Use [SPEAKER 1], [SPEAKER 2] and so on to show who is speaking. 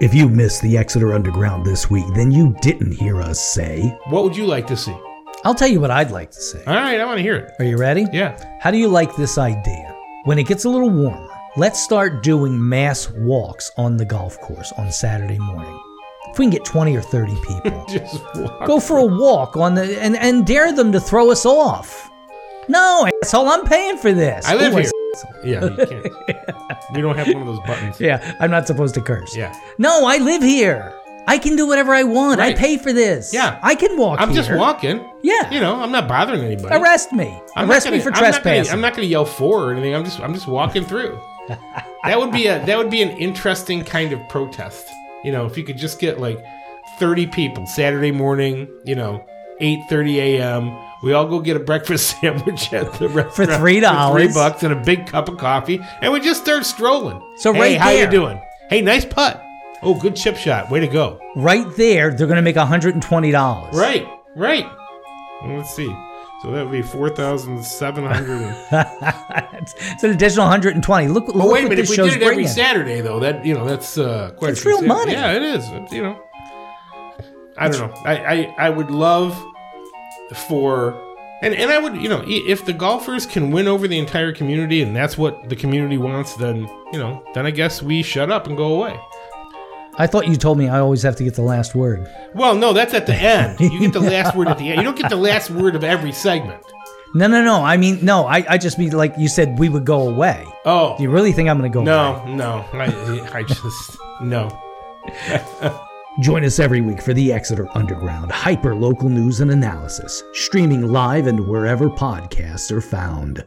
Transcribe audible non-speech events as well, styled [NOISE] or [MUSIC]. [SPEAKER 1] If you missed the Exeter Underground this week, then you didn't hear us say.
[SPEAKER 2] What would you like to see? All
[SPEAKER 3] I'll tell you what I'd like to say.
[SPEAKER 2] right, I want to hear it.
[SPEAKER 3] Are you ready?
[SPEAKER 2] Yeah. [LAUGHS]
[SPEAKER 3] How do you like this idea? When it gets a little warmer, let's start doing mass walks on the golf course on Saturday morning. If we can get 20 or 30
[SPEAKER 2] [LAUGHS]
[SPEAKER 3] people,
[SPEAKER 2] Just walk.
[SPEAKER 3] go for a walk on the and, and dare them to throw us off. No, asshole, I'm paying for this.
[SPEAKER 2] I live
[SPEAKER 3] Ooh,
[SPEAKER 2] here. Yeah,
[SPEAKER 3] [LAUGHS]
[SPEAKER 2] you can't. you don't have one of those buttons.
[SPEAKER 3] Yeah, I'm not supposed to curse.
[SPEAKER 2] Yeah.
[SPEAKER 3] No, I live here. I can do whatever I want.
[SPEAKER 2] Right.
[SPEAKER 3] I pay for this.
[SPEAKER 2] Yeah.
[SPEAKER 3] I can walk
[SPEAKER 2] I'm just
[SPEAKER 3] here.
[SPEAKER 2] walking.
[SPEAKER 3] Yeah.
[SPEAKER 2] You know, I'm not bothering anybody.
[SPEAKER 3] Arrest me.
[SPEAKER 2] I'm
[SPEAKER 3] Arrest
[SPEAKER 2] not gonna,
[SPEAKER 3] me for
[SPEAKER 2] I'm not gonna-
[SPEAKER 3] trespassing.
[SPEAKER 2] I'm not going to yell for or anything. I'm just I'm just walking
[SPEAKER 3] [LAUGHS]
[SPEAKER 2] through. that would be a that would be an interesting kind of protest. You know, if you could just get like 30 people Saturday morning, you know, 8:30 a.m. We all go get a breakfast [LAUGHS] sandwich at the restaurant
[SPEAKER 3] $3.
[SPEAKER 2] three bucks, and a big cup of coffee, and we just start strolling.
[SPEAKER 3] So
[SPEAKER 2] hey,
[SPEAKER 3] right
[SPEAKER 2] how you
[SPEAKER 3] there-
[SPEAKER 2] doing? Hey, nice putt. Oh, good chip shot. Way to go.
[SPEAKER 3] right there, they're going to make $120.
[SPEAKER 2] Right, right. Well, let's see. So that would be four thousand seven hundred.
[SPEAKER 3] it's [LAUGHS] it's an additional 120. Look, look
[SPEAKER 2] But wait a
[SPEAKER 3] what
[SPEAKER 2] minute, if
[SPEAKER 3] this
[SPEAKER 2] we
[SPEAKER 3] show's
[SPEAKER 2] did it every
[SPEAKER 3] bringing.
[SPEAKER 2] Saturday though, that you know that's uh, quite.
[SPEAKER 3] It's real
[SPEAKER 2] considerable.
[SPEAKER 3] money.
[SPEAKER 2] Yeah, it is. It's, you know, I don't know. I, I I would love for, and and I would you know i- if the golfers can win over the entire community and that's what the community wants, then you know then I guess we shut up and go away.
[SPEAKER 3] I thought you told me I always have to get the last word.
[SPEAKER 2] Well, no, that's at the end.
[SPEAKER 3] [LAUGHS]
[SPEAKER 2] You get the last word at the end. You don't get the last word of every segment.
[SPEAKER 3] No, no, no. I mean, no. I, I just mean like you said, we would go away.
[SPEAKER 2] Oh
[SPEAKER 3] Do you really think I'm going to go? away? [LAUGHS]
[SPEAKER 2] no, no, I I just no.
[SPEAKER 1] Join us every week for the Exeter Underground hyper local news and analysis, streaming live and wherever podcasts are found.